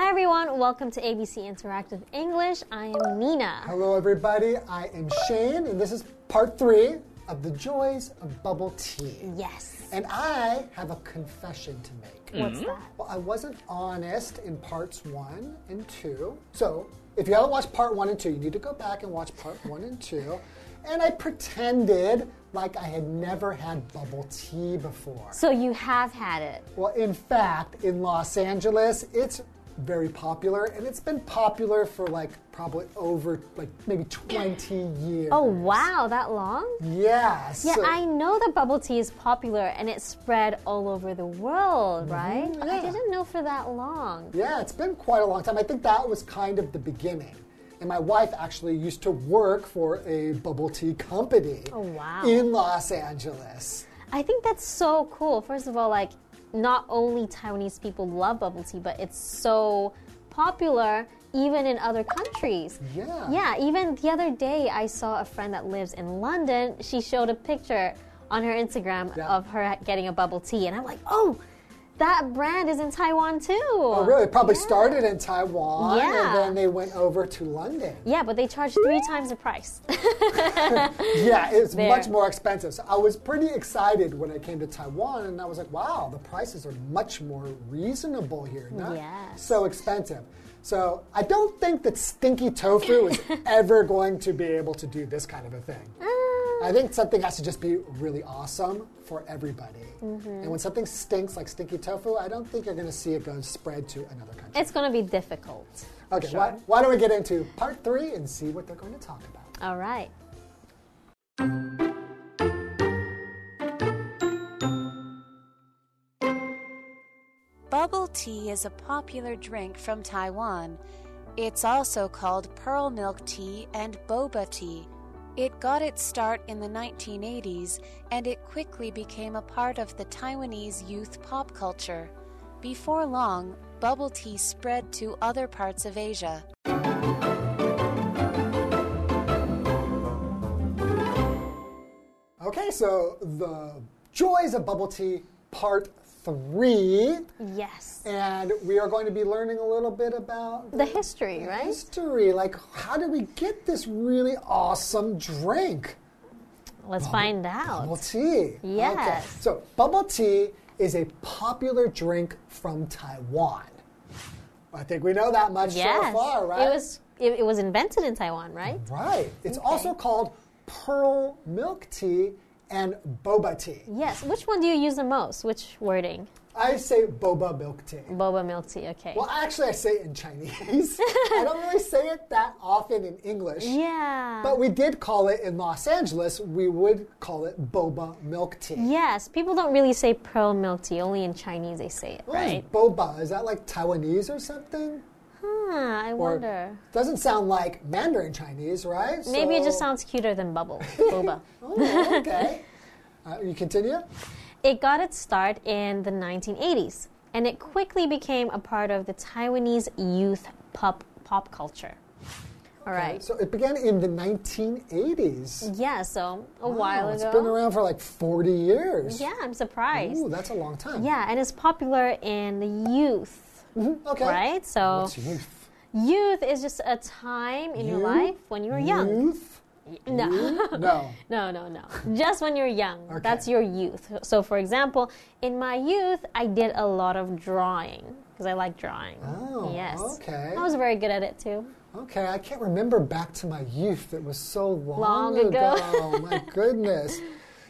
everyone. Welcome to ABC Interactive English. I am Nina. Hello, everybody. I am Shane, and this is part three of the joys of bubble tea. Yes. And I have a confession to make. What's that? Well, I wasn't honest in parts one and two. So, if you haven't watched part one and two, you need to go back and watch part one and two. And I pretended like I had never had bubble tea before. So you have had it. Well, in fact, in Los Angeles, it's very popular and it's been popular for like probably over like maybe 20 years. Oh, wow, that long? yeah. Yeah, so- I know that bubble tea is popular and it spread all over the world, right? But I Mm-hmm, yeah. didn't know for that long. Yeah, it's been quite a long time. I think that was kind of the beginning. And my wife actually used to work for a bubble tea company. Oh, wow. In Los Angeles. I think that's so cool. First of all, like not only Taiwanese people love bubble tea, but it's so popular even in other countries. Yeah. Yeah, even the other day I saw a friend that lives in London. She showed a picture on her Instagram Yeah. of her getting a bubble tea and I'm like, "Oh, that brand is in Taiwan too." Oh, really? It probably started in Taiwan Yeah. and then they went over to London. Yeah, but they charge 3 times the price. Yeah, it's There. much more expensive. So I was pretty excited when I came to Taiwan, and I was like, wow, the prices are much more reasonable here, not Yes. so expensive. So I don't think that stinky tofu is ever going to be able to do this kind of a thing. Uh, I think something has to just be really awesome for everybody. Mm-hmm. And when something stinks like stinky tofu, I don't think you're going to see it go spread to another country. it's going to be difficult. okay, why, why don't we get into part three and see what they're going to talk about? All right. Bubble tea is a popular drink from Taiwan. It's also called pearl milk tea and boba tea. It got its start in the 1980s and it quickly became a part of the Taiwanese youth pop culture. Before long, bubble tea spread to other parts of Asia. Okay, so the joys of bubble tea, part three, Yes. and we are going to be learning a little bit about The history, right? history. Like, how did we get this really awesome drink, Let's find out. bubble tea? Yes. Okay, so bubble tea is a popular drink from Taiwan. I think we know that much so Yes. far, right? It was it, it was invented in Taiwan, right? right. It's also called pearl milk tea and boba tea. Yes. Which one do you use the most? Which wording? I say boba milk tea. Boba milk tea. Okay. Well, actually, I say it in Chinese. I don't really say it that often in English. yeah. But we did call it in Los Angeles, we would call it boba milk tea. yes. People don't really say pearl milk tea. Only in Chinese they say it, What is right? boba? Is that like Taiwanese or something? Huh, Ah, I Or wonder. doesn't sound like Mandarin Chinese, right? Maybe it just So- sounds cuter than bubble boba. Oh, okay. Uh, you continue? It got its start in the 1980s, and it quickly became a part of the Taiwanese youth pop pop culture. All right. So it began in the 1980s. Yeah. So a while Wow, ago. It's been around for like 40 years. Yeah, I'm surprised. Ooh, that's a long time. Yeah, and it's popular in the youth, Mhm, Okay. right? So What's youth? youth is just a time in your Youth? life when you were young. Youth? No. No. No, no, no. Just when you're young. Okay. That's your youth. So, for example, in my youth, I did a lot of drawing because I like drawing. Oh, yes. okay. I was very good at it too. Okay, I can't remember back to my youth. It was so long, Oh, Long ago. my goodness.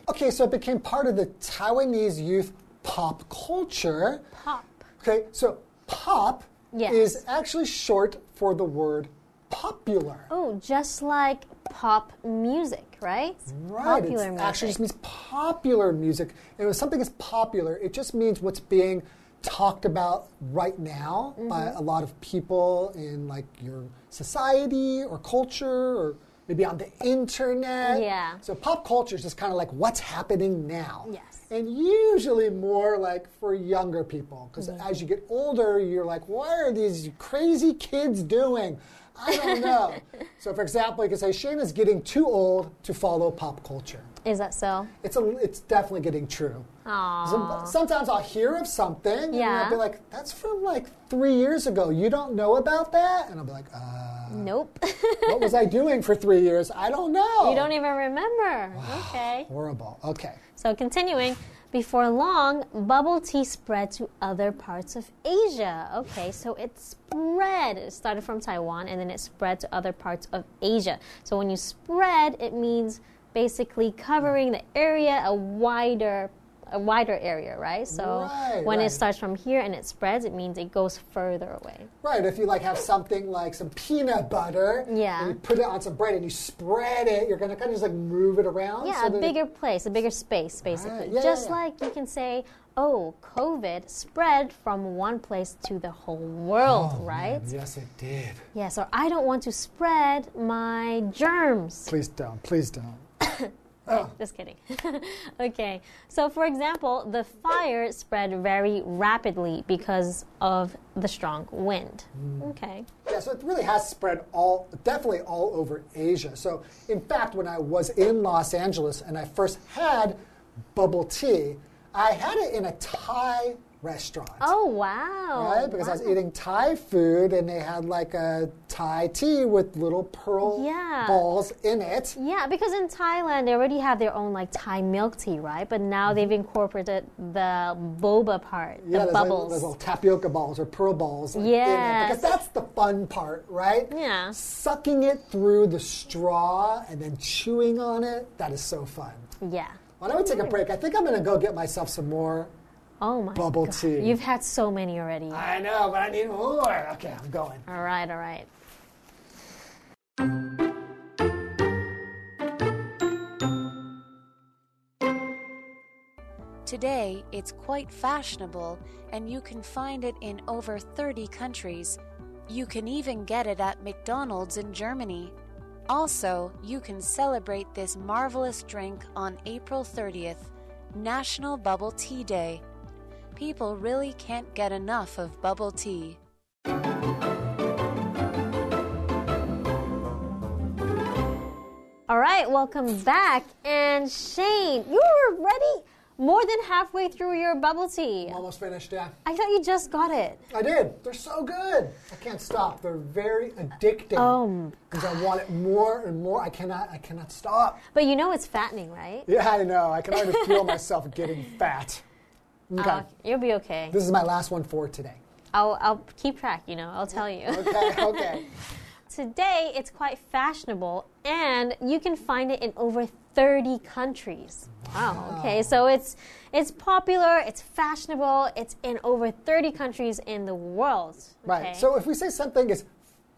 Okay, so it became part of the Taiwanese youth pop culture. Pop. Okay, so pop Yes. is actually short for the word popular. Oh, just like pop music, right? Right, Popular it music. actually just means popular music. And when something is popular, it just means what's being talked about right now by Mm-hmm. a lot of people in like your society or culture or maybe on the internet. Yeah. So pop culture is just kind of like what's happening now. Yes. And usually more like for younger Mm-hmm. people because as you get older, you're like, what are these crazy kids doing? I don't know. so, for example, you could say Shayna's getting too old to follow pop culture. Is that so? It's a, it's definitely getting true. Some, Aww. sometimes I'll hear of something and Yeah. I'll be like, "That's from like three years ago. You don't know about that?" And I'll be like, "Uh, Nope. what was I doing for three years? I don't know." you don't e- even remember. Okay. Horrible. Okay. So continuing, before long, bubble tea spread to other parts of Asia. Okay, so it spread. It started from Taiwan and then it spread to other parts of Asia. So when you spread, it means basically covering the area a wider a wider area, right? So Right, when right. it starts from here and it spreads, it means it goes further away. Right, if you like have something like some peanut butter, Yeah. and you put it on some bread and you spread it, you're gonna kind of just like move it around. Yeah, so a that it- bigger place, a bigger space, basically. yeah, yeah, Just yeah. like you can say, oh, COVID spread from one place to the whole world, Oh, right? Yes, it did. Yes, or I don't want to spread my germs. Please don't. Please don't. Just kidding. okay, so for example, the fire spread very rapidly because of the strong wind. Mm. Okay. Yeah, so it really has spread all, definitely all over Asia. So, in fact, when I was in Los Angeles and I first had bubble tea, I had it in a Thai restaurant. Oh, wow. Right? Because I was eating Thai food and they had like a Thai tea with little pearl Yeah. balls in it. Yeah, because in Thailand they already have their own like Thai milk tea, right? But now they've incorporated the boba part, Mm-hmm. Yeah, the there's like bubbles. those little tapioca balls or pearl balls. Like, in it. Yes. Because that's the fun part, right? Yeah. Sucking it through the straw and then chewing on it. That is so fun. yeah. Why don't we take a break? I think I'm going to go get myself some more. Oh my Bubble God. tea. You've had so many already. I know, but I need more. Okay, I'm going. All right, all right. Today, it's quite fashionable, and you can find it in over 30 countries. You can even get it at McDonald's in Germany. Also, you can celebrate this marvelous drink on April 30th, National Bubble Tea Day. People really can't get enough of bubble tea. All right, welcome back. And Shane, you were ready more than halfway through your bubble tea. I'm almost finished, yeah. I thought you just got it. I did. They're so good. I can't stop. They're very addicting. Oh, Because I want it more and more. I cannot. I cannot stop. But you know it's fattening, right? Yeah, I know. I can already feel myself getting fat. Okay. Uh, you'll be okay. This is my last one for today. I'll, I'll keep track, you know, I'll tell you. Okay, okay. Today, it's quite fashionable, and you can find it in over 30 countries. Wow. Okay, so it's it's popular, it's fashionable, it's in over 30 countries in the world. Right. okay? So if we say something is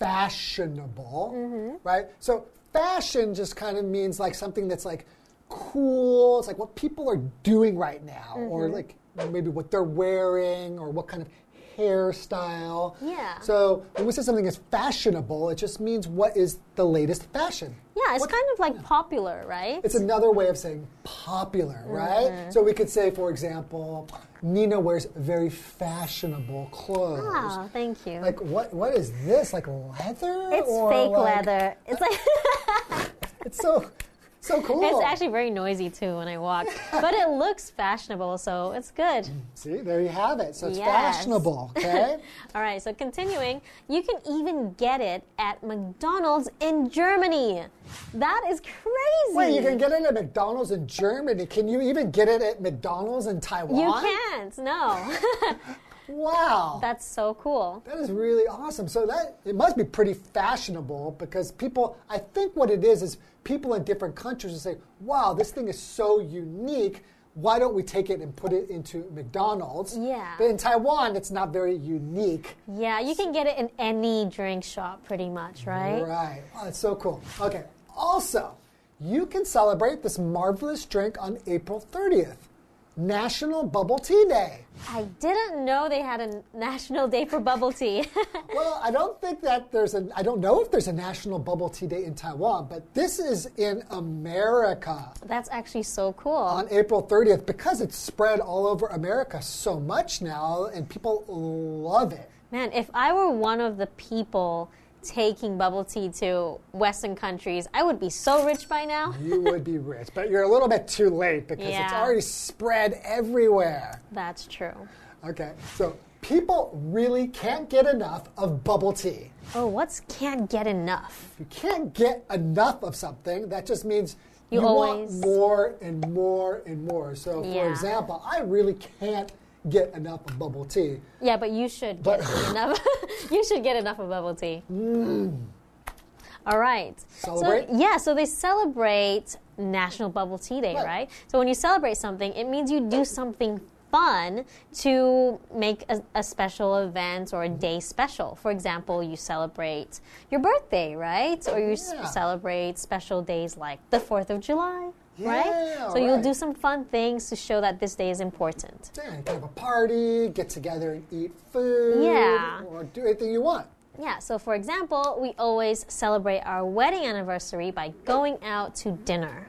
fashionable, Mm-hmm. right? So fashion just kind of means like something that's like cool. It's like what people are doing right now, or Mm-hmm. like maybe what they're wearing, or what kind of hairstyle. Yeah. So when we say something is fashionable, it just means what is the latest fashion. yeah, it's What- kind of like popular, right? It's another way of saying popular, right? Mm-hmm. So we could say, for example, Nina wears very fashionable clothes. Wow, Ah, thank you. Like what? What is this? Like leather? it's or fake like- leather. It's like It's so, so cool. it's actually very noisy too when I walk, but it looks fashionable, so it's good. See, there you have it. So it's Yes. fashionable, okay? All right, so continuing, you can even get it at McDonald's in Germany. That is crazy. Wait, you can get it at McDonald's in Germany. Can you even get it at McDonald's in Taiwan? You can't. No, Wow. that's so cool. That is really awesome. So that it must be pretty fashionable because people I think what it is is people in different countries will say, "Wow, this thing is so unique. Why don't we take it and put it into McDonald's?" Yeah. But in Taiwan, it's not very unique. Yeah, you can get it in any drink shop, pretty much, right? Right. Oh, that's so cool. Okay. Also, you can celebrate this marvelous drink on April 30th, National Bubble Tea Day. I didn't know they had a national day for bubble tea. Well, I don't think that there's a. I don't know if there's a National Bubble Tea Day in Taiwan, but this is in America that's actually so cool. on April 30th because it's spread all over America so much now, and people love it. Man, if I were one of the people taking bubble tea to Western countries, I would be so rich by now. You would be rich, but you're a little bit too late because it's Yeah. already spread everywhere. That's true. Okay, so people really can't get enough of bubble tea. Oh, what's can't get enough? If you can't get enough of something, that just means You you, always- want more and more and more. So, for Yeah. example, I really can't get enough of bubble tea. Yeah, but you should get But- enough. you should get enough of bubble tea. All right. Mm. Celebrate? So, yeah, so they celebrate National Bubble Tea Day, right. Right. So when you celebrate something, it means you do something fun to make a, a special event or a day special. For example, you celebrate your birthday, right? Or you s Yeah. celebrate special days like the 4th of July, Yeah, right? So you'll right. do some fun things to show that this day is important. Yeah, you can have a party, get together and eat food, Yeah. or do anything you want. Yeah, so for example, we always celebrate our wedding anniversary by going out to dinner.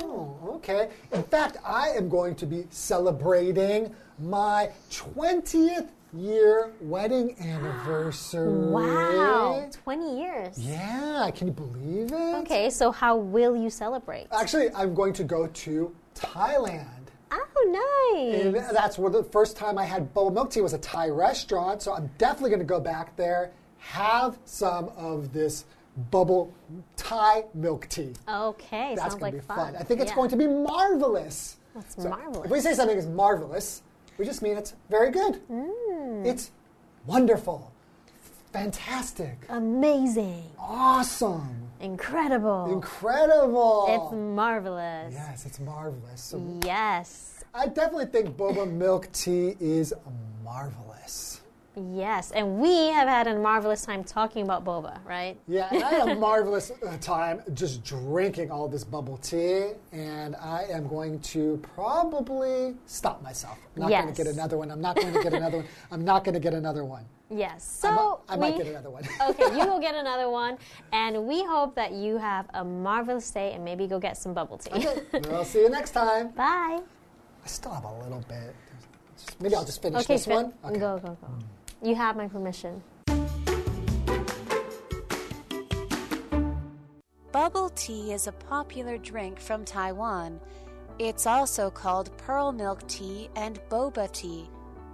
Oh, okay. In fact, I am going to be celebrating my 20th year wedding anniversary. Wow, 20 years. Yeah, can you believe it? Okay, so how will you celebrate? Actually, I'm going to go to Thailand. Oh, nice. And that's where the first time I had boba milk tea was a Thai restaurant, so I'm definitely going to go back there, have some of this bubble Thai milk tea. Okay, That's sounds going like to be fun. fun. I think it's Yeah. going to be marvelous. That's If we marvelous. say something is marvelous, we just mean it's very good. Mm. It's wonderful, fantastic, Amazing. awesome, Incredible. it's incredible. marvelous. yes, it's marvelous. So Yes. I definitely think boba milk tea is marvelous. Yes. And we have had a marvelous time talking about boba, right? Yeah, and I had a marvelous uh, time just drinking all this bubble tea, and I am going to probably stop myself. I'm not going Yes. to get another one. I'm not going to get another one. I'm not going to get another one. Yes. I mi- So I might we- get another one. okay, you will get another one. And we hope that you have a marvelous day and maybe go get some bubble tea. we'll see you next time. Bye. I still have a little bit. Just- Maybe I'll just finish this Fred, one. Go, go, go. You have my permission. Bubble tea is a popular drink from Taiwan. It's also called pearl milk tea and boba tea.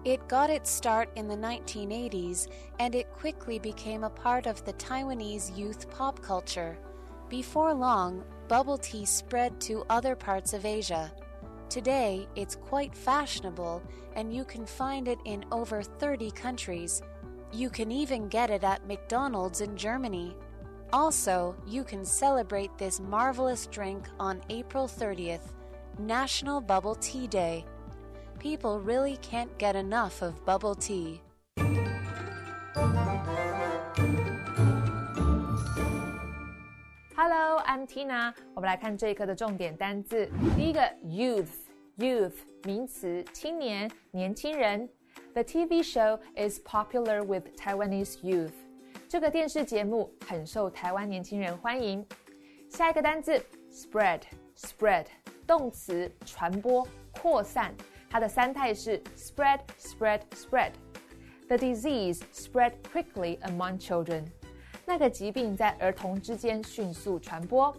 It got its start in the 1980s and it quickly became a part of the Taiwanese youth pop culture. Before long, bubble tea spread to other parts of Asia. Today, it's quite fashionable and you can find it in over 30 countries. You can even get it at McDonald's in Germany. Also, you can celebrate this marvelous drink on April 30th, National Bubble Tea Day. People really can't get enough of bubble tea. Hello, I'm Tina。我们来看这一课的重点单字。第一个 youth，youth 名词，青年、年轻人。The TV show is popular with Taiwanese youth。这个电视节目很受台湾年轻人欢迎。下一个单字 spread，spread 动词，传播、扩散。它的三态是 spread，spread，spread spread。The disease spread quickly among children。那个疾病在儿童之间迅速传播。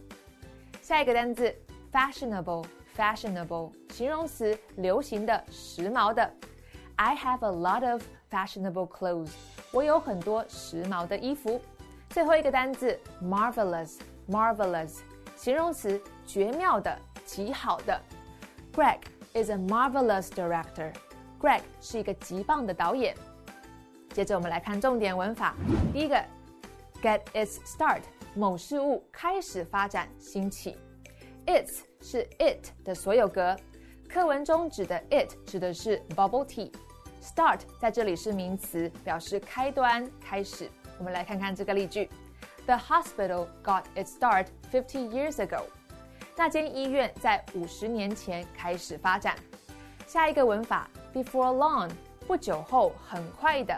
下一个单字 fashionable，fashionable 形容词，流行的、时髦的。I have a lot of fashionable clothes。我有很多时髦的衣服。最后一个单字 marvelous，marvelous 形容词，绝妙的、极好的。Greg is a marvelous director。Greg 是一个极棒的导演。接着我们来看重点文法，第一个 get its start，某事物开始发展兴起。Its 是 it 的所有格，课文中指的 it 指的是 bubble tea。Start 在这里是名词，表示开端、开始。我们来看看这个例句：The hospital got its start 50 years ago。那间医院在五十年前开始发展。下一个文法 before long，不久后，很快的，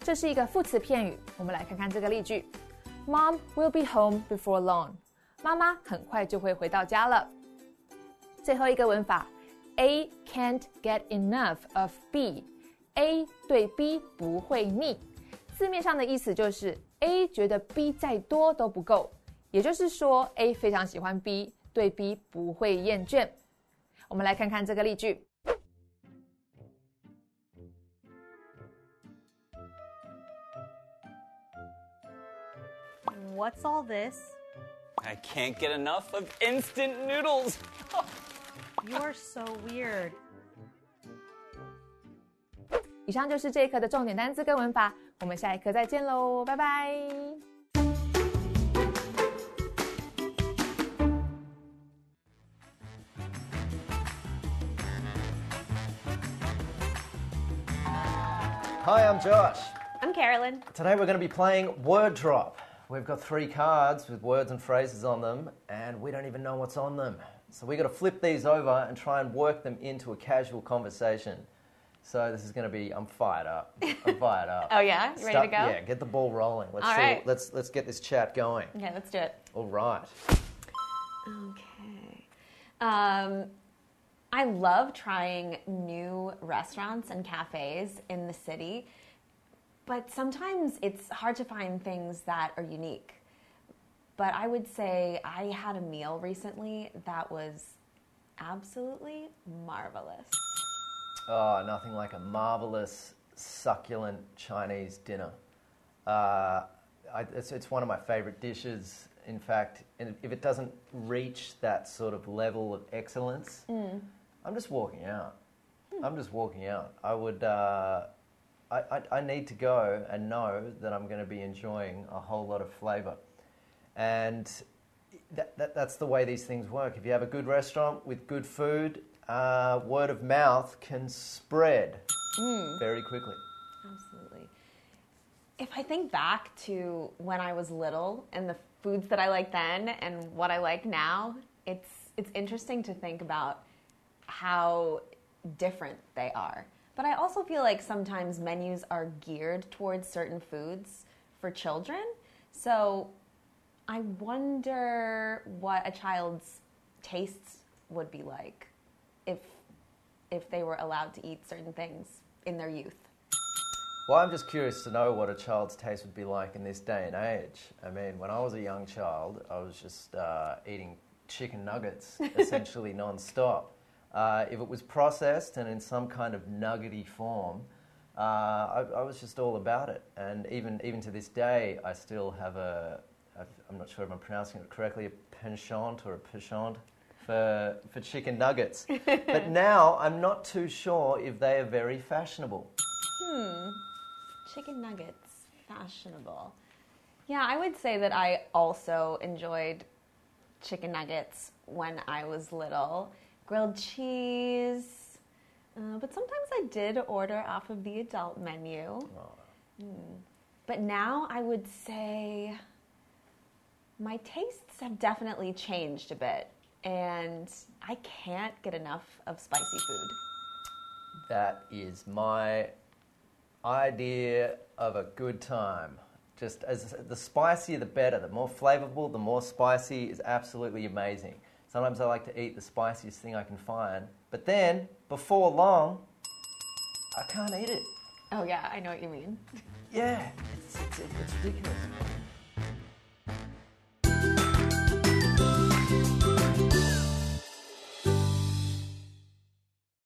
这是一个副词片语。我们来看看这个例句：Mom will be home before long。妈妈很快就会回到家了。最后一个文法，A can't get enough of B。A 对 B 不会腻，字面上的意思就是 A 觉得 B 再多都不够，也就是说 A 非常喜欢 B，对 B 不会厌倦。我们来看看这个例句。 What's all this? I can't get enough of instant noodles. You're so weird. 以上就是这一课的重点单词跟文法，我们下一课再见喽，拜拜。 Hi, I'm Josh. I'm Carolyn. Today we're going to be playing Word Drop. We've got three cards with words and phrases on them, and we don't even know what's on them. So we've got to flip these over and try and work them into a casual conversation. So this is going to be, I'm fired up. I'm fired up. Oh, yeah? You ready to Start- go? Yeah, get the ball rolling. Let's All see. right. Let's let's get this chat going. Okay, let's do it. All right. Okay. Um, I love trying new restaurants and cafes in the city, but sometimes it's hard to find things that are unique. But I would say I had a meal recently that was absolutely marvelous. Oh, nothing like a marvelous, succulent Chinese dinner. Uh, I, it's, it's one of my favorite dishes, in fact. And if it doesn't reach that sort of level of excellence, I'm just walking out. I'm just walking out. I would. Uh, I, I, I need to go and know that I'm going to be enjoying a whole lot of flavour. And that, that, that's the way these things work. If you have a good restaurant with good food, uh, word of mouth can spread very quickly. Absolutely. If I think back to when I was little and the foods that I liked then and what I like now, it's it's interesting to think about how different they are. But I also feel like sometimes menus are geared towards certain foods for children. So I wonder what a child's tastes would be like if if they were allowed to eat certain things in their youth. Well, I'm just curious to know what a child's taste would be like in this day and age. I mean, when I was a young child, I was just uh, eating chicken nuggets essentially non-stop. Uh, if it was processed and in some kind of nuggety form, uh, I, I was just all about it. And even even to this day, I still have a a- I'm not sure if I'm pronouncing it correctly a penchant or a penchant for for chicken nuggets. but now I'm not too sure if they are very fashionable. Chicken nuggets, fashionable. Yeah, I would say that I also enjoyed chicken nuggets when I was little. Grilled cheese. Uh, but sometimes I did order off of the adult menu. Mm. But now I would say my tastes have definitely changed a bit. And I can't get enough of spicy food. That is my idea of a good time. Just as the spicier the better, the more flavorful, the more spicy is absolutely amazing. Sometimes I like to eat the spiciest thing I can find, but then before long, I can't eat it. Oh, yeah, I know what you mean. Yeah, it's, it's, it's ridiculous.